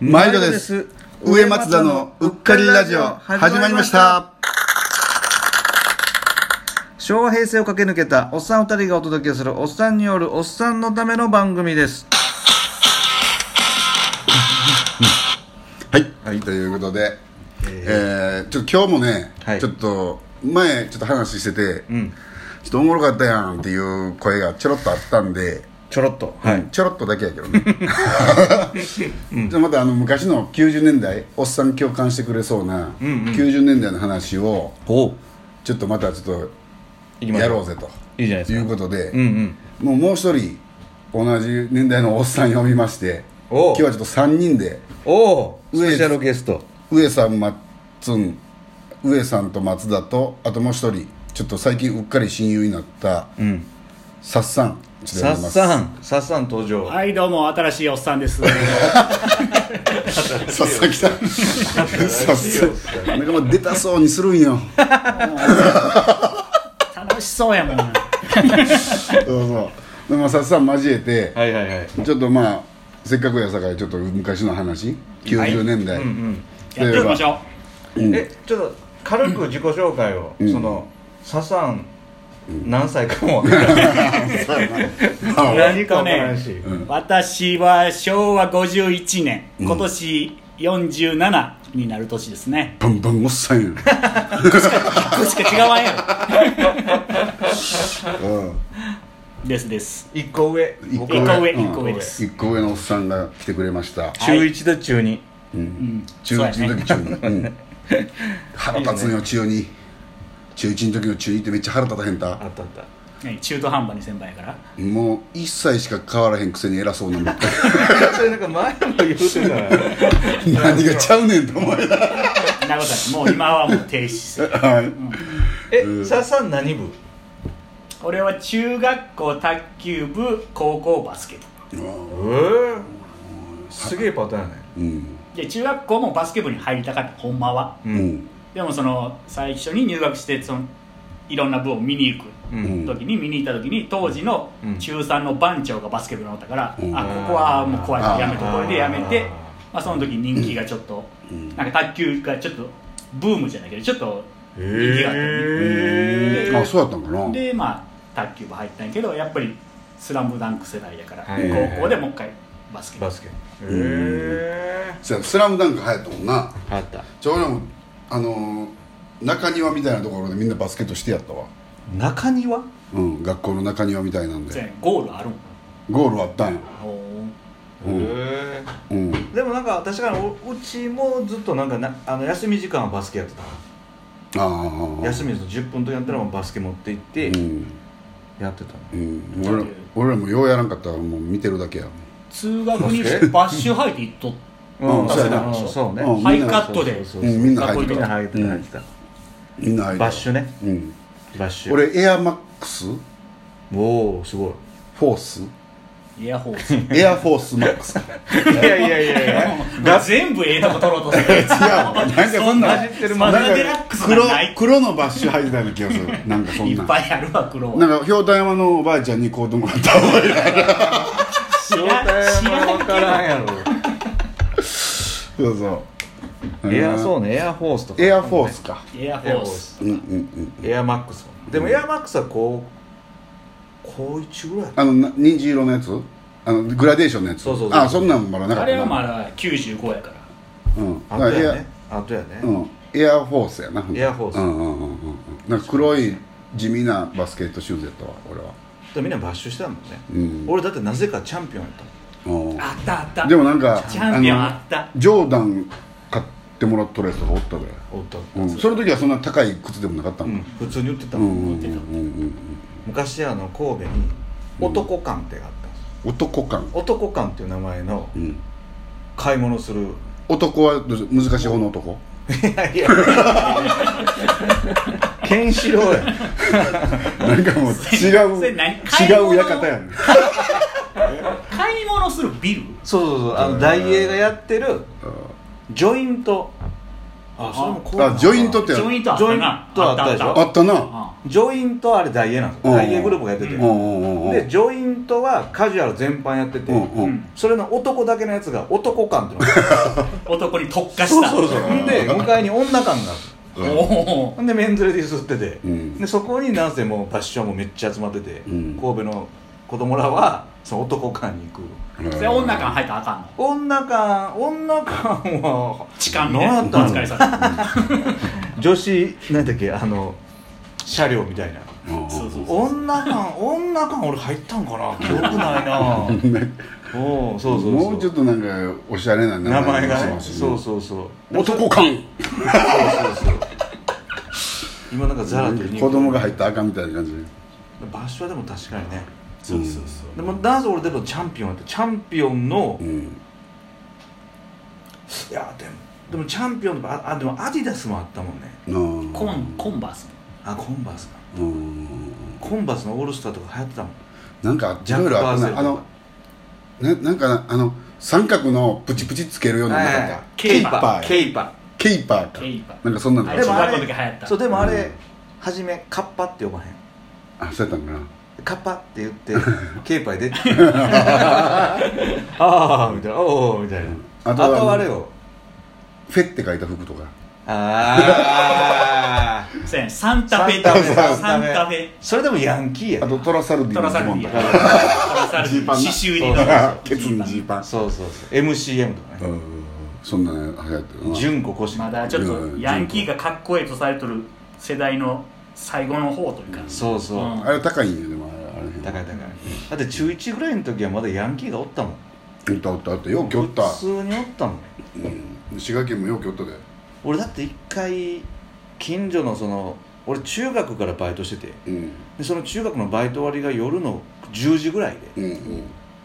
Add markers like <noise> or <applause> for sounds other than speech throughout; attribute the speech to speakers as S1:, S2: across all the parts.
S1: 毎度です上松田のうっかりラジオ始まりました
S2: 昭和平成を駆け抜けたおっさん二人がお届けするおっさんによるおっさんのための番組です
S1: はい、ということで、えーちょっと今日もね、
S2: はい
S1: ちょっと前ちょっと話してて、
S2: ん
S1: ちょっとおもろかったやんっていう声がちょろっとあったんで
S2: ちょろっとはい、
S1: ちょろっとだけやけど <laughs> ね、じゃあまたあの昔の90年代おっさん共感してくれそうな90年代の話を
S2: おう
S1: ちょっとまたちょっ
S2: い
S1: と
S2: きまし
S1: や
S2: ょう
S1: ろうぜと
S2: いいじゃないです
S1: い
S2: か
S1: うことで、
S2: うんうん
S1: もうもう一人同じ年代のおっさん呼びまして
S2: お
S1: 今
S2: う
S1: 日はちょっと3人で
S2: おおス
S1: 上
S2: ペシャルゲスト
S1: 上さん松ん上さんと松田とあともう一人ちょっと最近うっかり親友になった
S2: うん
S1: さっさんちょっと呼
S2: さっ
S1: んでます
S2: さんさっさん登場、
S3: はいどうも新しいおっさんです <laughs>
S1: さっさん
S2: <laughs>
S1: 来たさっさんなんかもう出たそうにするんよ
S3: 楽しそうやもんな
S1: そうそうでもさっさん交えて、
S2: はいはいはい
S1: ちょっとまあせっかくやさかいちょっと昔の話90年代、
S2: うん
S1: 例
S3: や
S1: えば
S3: っていきましょ
S2: うん、えちょっと軽く自己紹介を、そのさっさん何歳かも <laughs>
S1: そうやなあ
S2: 何かわからんし、
S3: う、私は昭和51年今年47になる年ですね、
S1: バンバンおっさんやん、
S3: これしか違わんや
S1: うん
S3: ろですです
S2: 一個上
S1: 一個
S3: 一個上
S1: うん
S3: 一個上です、
S1: 一個上のおっさんが来てくれました
S2: 中1と中2
S3: うん、
S1: 中
S3: そうや
S1: 1の
S3: ね
S1: 時中2、うん、
S3: <laughs>
S1: 腹立つのよ中2中1の時の中2ってめっちゃ腹立たへん
S2: あ
S1: た
S2: ったあった
S3: ね中途半端に先輩やから
S1: もう一切しか変わらへんくせに偉そうなんばっか
S2: <laughs>
S3: <laughs>
S2: それなんか前も言うてた <laughs> な
S1: り何がちゃうねんと思いなが
S3: そんなことないもう今はもう停止する
S1: らはい
S2: えさっさん何部
S3: 俺は中学校卓球部高校バスケ部
S2: ええすげえパターンやね
S1: うん
S3: で中学校もバスケ部に入りたかったほんまは
S2: う
S1: うんん
S3: でもその最初に入学してそのいろんな部を見に行く
S2: うん
S3: 時に見に行った時に当時の
S2: うん
S3: 中3の番長がバスケ部のおったから、
S1: うん
S3: あここはもう怖いからやめて
S2: あー
S3: これでやめて
S2: あー
S3: まあ、その時人気がちょっと、
S1: うん
S3: なんか卓球がちょっとブームじゃないけどちょっと
S2: へ
S3: 人気があったね、
S2: え
S1: あそうやったんかな
S3: でまあ卓球部入ったんやけどやっぱり「スラムダンク世代やから、
S2: はい
S3: 高校でもう一回バスケ
S2: バスケへえ
S1: そうやスラムダンク流行ったもんな
S2: あった
S1: ちょうどあのー中庭みたいなところでみんなバスケットしてやったわ
S2: 中庭
S1: うん学校の中庭みたいなん
S3: そうや
S1: で
S3: ねゴールあるん
S1: ゴールあったんや
S3: おー
S1: うん
S2: へ
S1: うん
S2: えでもなんか確かにおうちもずっとなんかなあの休み時間はバスケやってた
S1: ああ
S2: 休みの10分とやったらもうバスケ持って行って
S1: うん
S2: やってたの
S1: うん俺ら俺らもようやらんかったからもう見てるだけや
S3: 通学にバッシュ履いて行っとっ
S1: うん
S2: うん
S1: そうやな
S2: うんそうね
S1: うん
S3: ハイカット
S2: そう
S3: で
S2: そうそう
S1: うんみんな入っ
S2: み
S1: て
S2: んな
S1: た
S2: 入ってた入ってた
S1: みんな入ってた
S2: バッシュね
S1: うん
S2: バッシュ
S1: 俺エアマックスフ
S2: おお
S1: <laughs>
S2: すごい
S1: ォース
S3: エアホース
S1: エアフォースマックス違
S3: <laughs>
S2: いやいやいや <laughs> いや
S3: が全部ええとこ取ろうとする
S1: うわなんかそんな
S2: 混じってる
S3: そんな
S2: 混じって
S3: デ
S2: る
S3: ラックス
S1: 黒
S3: がない
S1: 黒のバッシュ入ってたような気がする
S3: <laughs>
S1: なんかそん
S3: い
S1: な
S3: っぱいあるわ黒は
S1: なんかひょうたん山のおばあちゃんに買うてもらった覚えがある <laughs>
S3: 知
S2: 状態も分からんやろ
S1: そうそう
S2: エアそう
S1: う
S2: ねエアフォースとか
S1: エアフォースか
S3: エアフォース
S1: うんうんうん
S2: エアマックスもでもエアマックスはこう高一ぐらい
S1: あのな虹色のやつあのグラデーションのやつ
S2: そうそうそう
S1: あそんなんまだなか
S3: あ
S1: った
S3: れ
S1: な
S3: はまだ95やから
S1: うん
S2: あ
S1: だ
S2: と
S1: からエ
S2: や
S1: ア
S2: ねあとやね
S1: うんエアフォースやな
S2: エアフォース
S1: うんうんうんうんなんか黒い地味なバスケットシューズやったわ俺は
S2: でみんなバッシュしてたもんね
S1: うん
S2: 俺だってなぜかチャンピオンやったもん
S1: うん
S3: あったあった
S1: でもなんか
S3: チャンピオン
S1: あ
S3: あ
S1: の
S3: った
S1: ジョーダン買ってもらったやつがおったぐらい、
S2: おったおっ
S1: うん、その時はそんな高い靴でもなかった
S2: たう
S1: の
S2: ん普通に売ってた
S1: うんう
S2: も
S1: んうんんうん
S2: 昔あの神戸に男館ってがあったんです
S1: うん男感、
S2: 男館っていう名前の
S1: うん、
S2: 買い物
S1: <laughs>
S2: する
S1: 男はどうし難しい方の男
S2: いやいやケンシロウや
S1: なんかもう違う
S3: それ
S1: 違
S3: 何買い物
S1: う館やん
S3: 買い物するビル
S2: そうそうそうあのダイエーがやってるジョイントあそれもこう
S1: あジョイントって
S3: ジョイントあったな
S2: ジョイントあったでしょ
S1: あったな
S3: あ
S2: ジョイントはあれダイエーなんです
S1: う
S2: よ
S1: ん
S2: ダイエーグループがやってて、
S1: うんうんうんうん
S2: でジョイントはカジュアル全般やってて、
S1: うんう
S3: うんん
S2: それの男だけのやつが男感っていうのがある
S3: 男に特化した
S2: そうそうそうほんで向かいに女感がある
S3: おー
S2: ほんでメンズレディース売ってて、
S1: うん
S2: でそこになんせもうファッションもめっちゃ集まってて、
S1: うん
S2: 神戸の子供らはその男館に行く
S3: それ女感入ったらあかんの
S2: 女館女館は
S3: 痴漢
S2: 何や
S3: ね
S2: っ
S3: お
S2: たの
S3: 疲れさ
S2: 女子なんだっけあの車両みたいな
S1: うん
S3: そうそうそう
S2: 女館女館俺入ったんかな記憶ない
S1: <laughs>
S2: なおおそうそうそう
S1: もうちょっとなんかおしゃれな
S2: 名前が
S1: して
S2: ね
S1: ますよね
S2: そうそうそう
S1: 男感
S2: そうそうそう今なんかザラとユニク
S1: 子
S2: ロ
S1: 供が入ったらあかんみたいな感じ
S2: 場所はでも確かにね
S3: そうそうそう
S2: でもなぜ俺でもチャンピオンやってチャンピオンの、
S1: う
S2: い
S1: ん
S2: やでもでもチャンピオンのああでもアディダスもあったもんね
S1: うん
S3: コンコンバース
S2: あコンバースか
S1: うん
S2: コンバースのオールスターとか流行ってたもん
S1: なんか
S2: ジ
S1: い
S2: ャッ
S1: ろい
S2: ク・
S1: ろあ
S2: バ
S1: っ
S2: ー
S1: た
S2: セル
S1: な
S2: と
S1: あ
S2: か
S1: のななんかなあの三角のプチプチつけるようなのなかった、
S2: はいケイパー
S1: ケ
S2: ケイパ
S1: ケイパーか
S3: ケイパー
S1: なんかそんなの
S3: あ
S1: が
S3: れ
S2: で
S3: 中
S2: もあれ
S3: 学校の時流行っ
S2: ー
S3: た
S2: そうでもあ
S1: う
S2: れ
S1: ん
S2: 初めカッパって呼ばへん
S1: あそうやったんかな
S2: カッパって言って <laughs> ケイパーでああみたいなおおみたいな
S1: あ
S2: あ
S1: とは
S2: とはあれよ
S1: フェって書いた服とか
S2: ああ
S3: そうやねサンタフェ
S2: サンタフェ
S3: サンタフェ
S2: <laughs> それでもヤンキーや
S1: あ
S2: な
S1: とトラサルディ
S3: トラサル
S1: の
S3: ディ
S1: ズボンとか
S3: トラサルデ
S1: ジ
S3: ィ
S1: ー
S3: 刺
S1: パンな
S3: 繍入り
S1: あ
S2: <laughs>
S3: の
S1: ーケツにジーパン
S2: そうそうそう MCM とかね
S1: うんそんなの流行ってるな
S2: 純子腰
S3: まだちょっとヤンキーがかっこええとされとる世代の最後の方というか
S2: そうそう、
S3: うん
S1: あれ高いんやでもあれあれ
S2: 高い高いだって中1ぐらいの時はまだヤンキーがおったもん
S1: おったおったおったようきおった
S2: 普通におったもん
S1: 滋賀県もようきおったで
S2: 俺だって一回近所のその俺中学からバイトしてて
S1: うん
S2: でその中学のバイト終わりが夜の10時ぐらいで
S1: うんう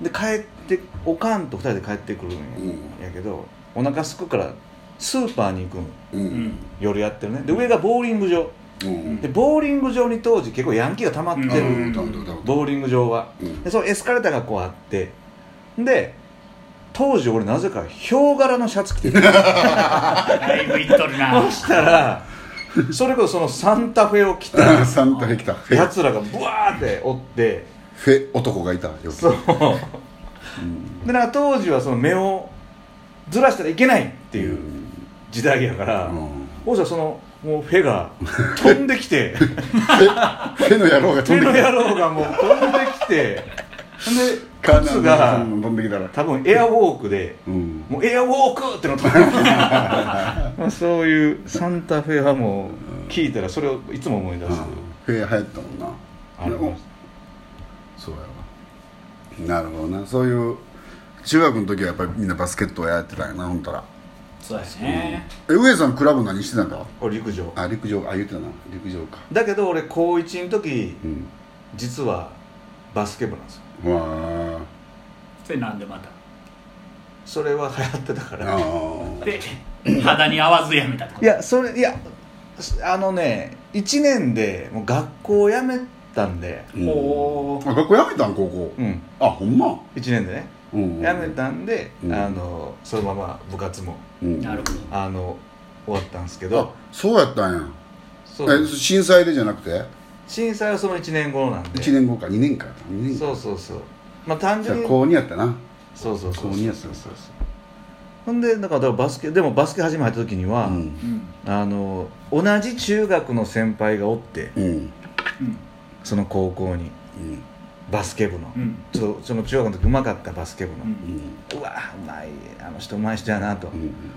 S1: ん
S2: で帰っておかんと二人で帰ってくるんやけど、お腹すくからスーパーに行くん
S1: う
S3: うんん
S2: 夜やってるねで上がボーリング場
S1: うん
S2: でボーリング場に当時結構ヤンキーが溜まってる、
S3: うん
S1: 歌う歌う歌う
S2: ボーリング場は
S1: うん
S2: でそのエスカレーターがこうあってで当時俺なぜかヒョウ柄のシャツ着てた
S3: だいぶいっとるな
S2: そしたらそれこそそのサンタフェを着た
S1: あサンタフェ来たフ
S2: や
S1: ェ
S2: つらがブワーっておって
S1: フェ男がいたようき
S2: そうでなんか当時はその目をずらしたらいけないっていう時代やから、
S1: うん
S2: 当時はそのもうフ
S1: <laughs>
S2: ェが飛んできて
S1: フェフェの野郎が
S2: フ
S1: 飛
S2: ェ
S1: んで
S2: の
S1: きた
S2: 野郎がもう飛んできてほんで
S1: カ
S2: 靴が
S1: 飛んできたら
S2: 多分エアウォークで
S1: うん
S2: もうエアウォークってのと
S1: <laughs>
S2: まあそういうサンタフェはもう聞いたらそれをいつも思い出す
S1: フェ流行ったもんな
S2: あります
S1: そうやわなるほどなそういう中学の時はやっぱりみんなバスケットをやってたんやなほんたら
S3: そうですね
S1: え上さんクラブ何してたんだ
S2: 俺陸上
S1: あ陸上あ言ってたな陸上か
S2: だけど俺高1の時
S1: うん
S2: 実はバスケ部なんですよ
S1: うわあ
S3: それなんでまた
S2: それは流行ってたから
S1: あー
S3: で肌に合わずやめたってこ
S2: いやそれいやあのね1年でもう学校を辞めたんで
S1: う
S3: と
S1: ん
S3: おー
S1: あ学校やめたん高校
S2: うん
S1: あほんま
S2: 1年でね
S1: うん
S2: 辞めたんで、
S1: うん
S2: あのそのまま部活も
S1: うん
S3: なるほ
S2: あの終わったんですけ
S1: あ
S2: ど
S1: そうやったんや
S2: そう
S1: え震災でじゃなくて
S2: 震災はその1年後なんで
S1: 1年後か2年か2年か
S2: そうそうそうまあ単
S1: じゃあ
S2: 純に
S1: 高2やったな
S2: そうそうそう
S1: 高二やった
S2: そうそうそうほんでだからだからバスケでもバスケ始め入った時には、
S1: うん
S3: どうん
S2: あの同じ中学の先輩がおって
S1: うん
S3: うん
S2: その高校に
S1: うん
S2: バスケ部の、
S3: うん
S2: ちょっとその中学の時うまかったバスケ部の、
S3: う
S1: うんん
S2: うわうまいあの人うまい人やなと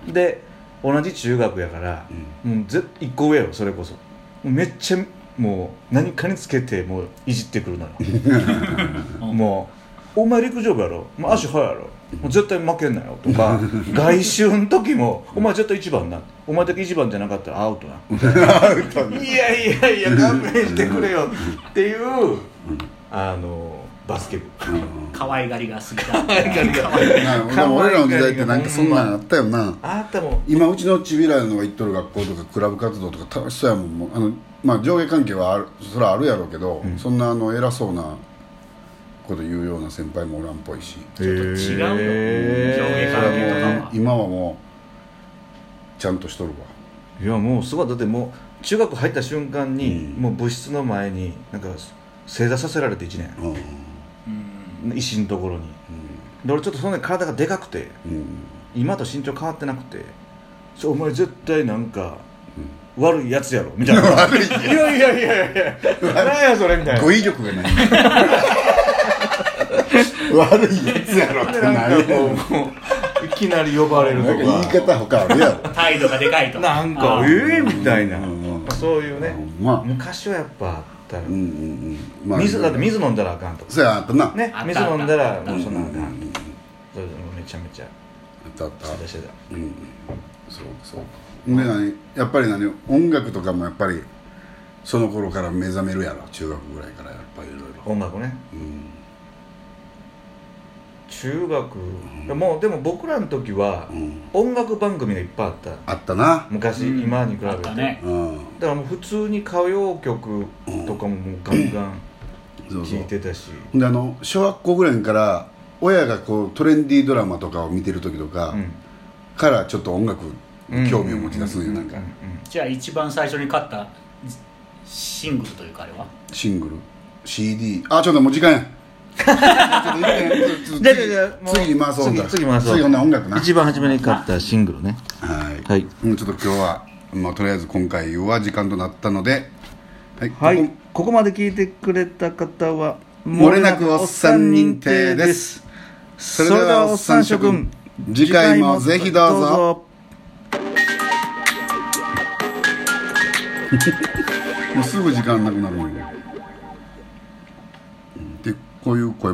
S1: う、ん
S2: で同じ中学やから
S1: う、ん
S2: もうぜ一個上よそれこそもうめっちゃもう何かにつけてもういじってく
S3: <laughs>
S2: るのよもう「お前陸上部やろもう足速いやろもう絶対負けんなよ」とか外周の時も「お前絶対一番なお前だけ一番じゃなかったらアウトな」いやいやいや勘弁してくれよっていうあのバスケ部
S3: 可愛がりが好きだ
S2: 愛がりが
S3: 可愛がり
S1: なるほどでも俺らの時代ってなんかそんなんあったよな
S2: あなたも
S1: 今うちのちびらのが行っとる学校とかクラブ活動とか楽しそうやもんもうあの、まあ、上下関係はあるそれはあるやろうけど、
S2: ん
S1: そんなあの偉そうなこと言うような先輩もおらんっぽいし
S2: ち
S3: ょっと違うよ上下
S1: それ
S3: 関係とか
S1: はも
S3: は
S1: う今はもうちゃんとしとるわ
S2: いやもうすごいだってもう中学入った瞬間に、
S1: うん
S2: もう部室の前になんか正座させられて1
S1: うん
S3: うん
S2: 年石のところにで俺ちょっとそんなに体がでかくて
S1: うん
S2: 今と身長変わってなくて「ちょお前絶対なんか悪いやつやろ」みたいな「
S1: <laughs> 悪
S2: いやいやいやいや何やそれ」みたいな
S1: 語彙力がない悪いやつやろって
S2: で
S1: な
S2: なん
S1: る
S2: かこうもういきなり呼ばれると
S1: なんか言い
S2: か
S1: 方他あるやろ
S3: 態度がでかいと
S2: なんか「
S3: あー
S2: ええみたいな
S1: うんうんうん
S2: そういうね
S1: まあ
S2: 昔はやっぱあった
S1: うんうんうんまあ
S2: 水だって水飲んだらあかんとか
S1: そうやあったな
S2: ね
S3: あった
S2: 水飲んだら
S3: あった
S2: もうそんなのあか
S1: うんうん
S2: んそういうのめちゃめちゃ
S1: あったあった
S2: 出してた
S1: うんそうそうで何やっぱり何音楽とかもやっぱりその頃から目覚めるやろ中学ぐらいからやっぱりいろいろ
S2: 音楽ね
S1: うん
S2: 中学もうでも僕らの時は
S1: うん
S2: 音楽番組がいっぱいあった
S1: あったな
S2: 昔
S3: うん
S2: 今に比べて
S3: あ
S2: だ
S3: った
S2: か
S3: ね
S1: うん
S2: らもう普通に歌謡曲とかももうガンガン
S1: そうそ
S2: 聴いうてたし
S1: であの小学校ぐらいから親がこうトレンディードラマとかを見てる時とか
S2: うん
S1: からちょっと音楽
S2: うん
S1: 興味を持ち出すんよなんか
S2: うう
S3: じゃあ一番最初に買ったシングルというかあれは
S1: シングル CD あちょっともう時間やちょっと一
S2: <laughs>
S1: 回ちょっと
S2: じゃあじゃあじゃあもう
S1: 次に回そうか
S2: 次次回そう
S1: 次ほんなら音楽な
S2: 一番初めに買ったシングルね
S1: はい、
S2: はい
S1: うんちょっと今日は、まあ、とりあえず今回は時間となったのではい、
S2: はい
S1: ここ
S2: ここまで聞いてくれた方は
S1: 漏れなくおっさん認定です
S2: それではおっさん諸君
S1: 次回もぜひどうぞもうすぐ時間なくなるもんねでこういう声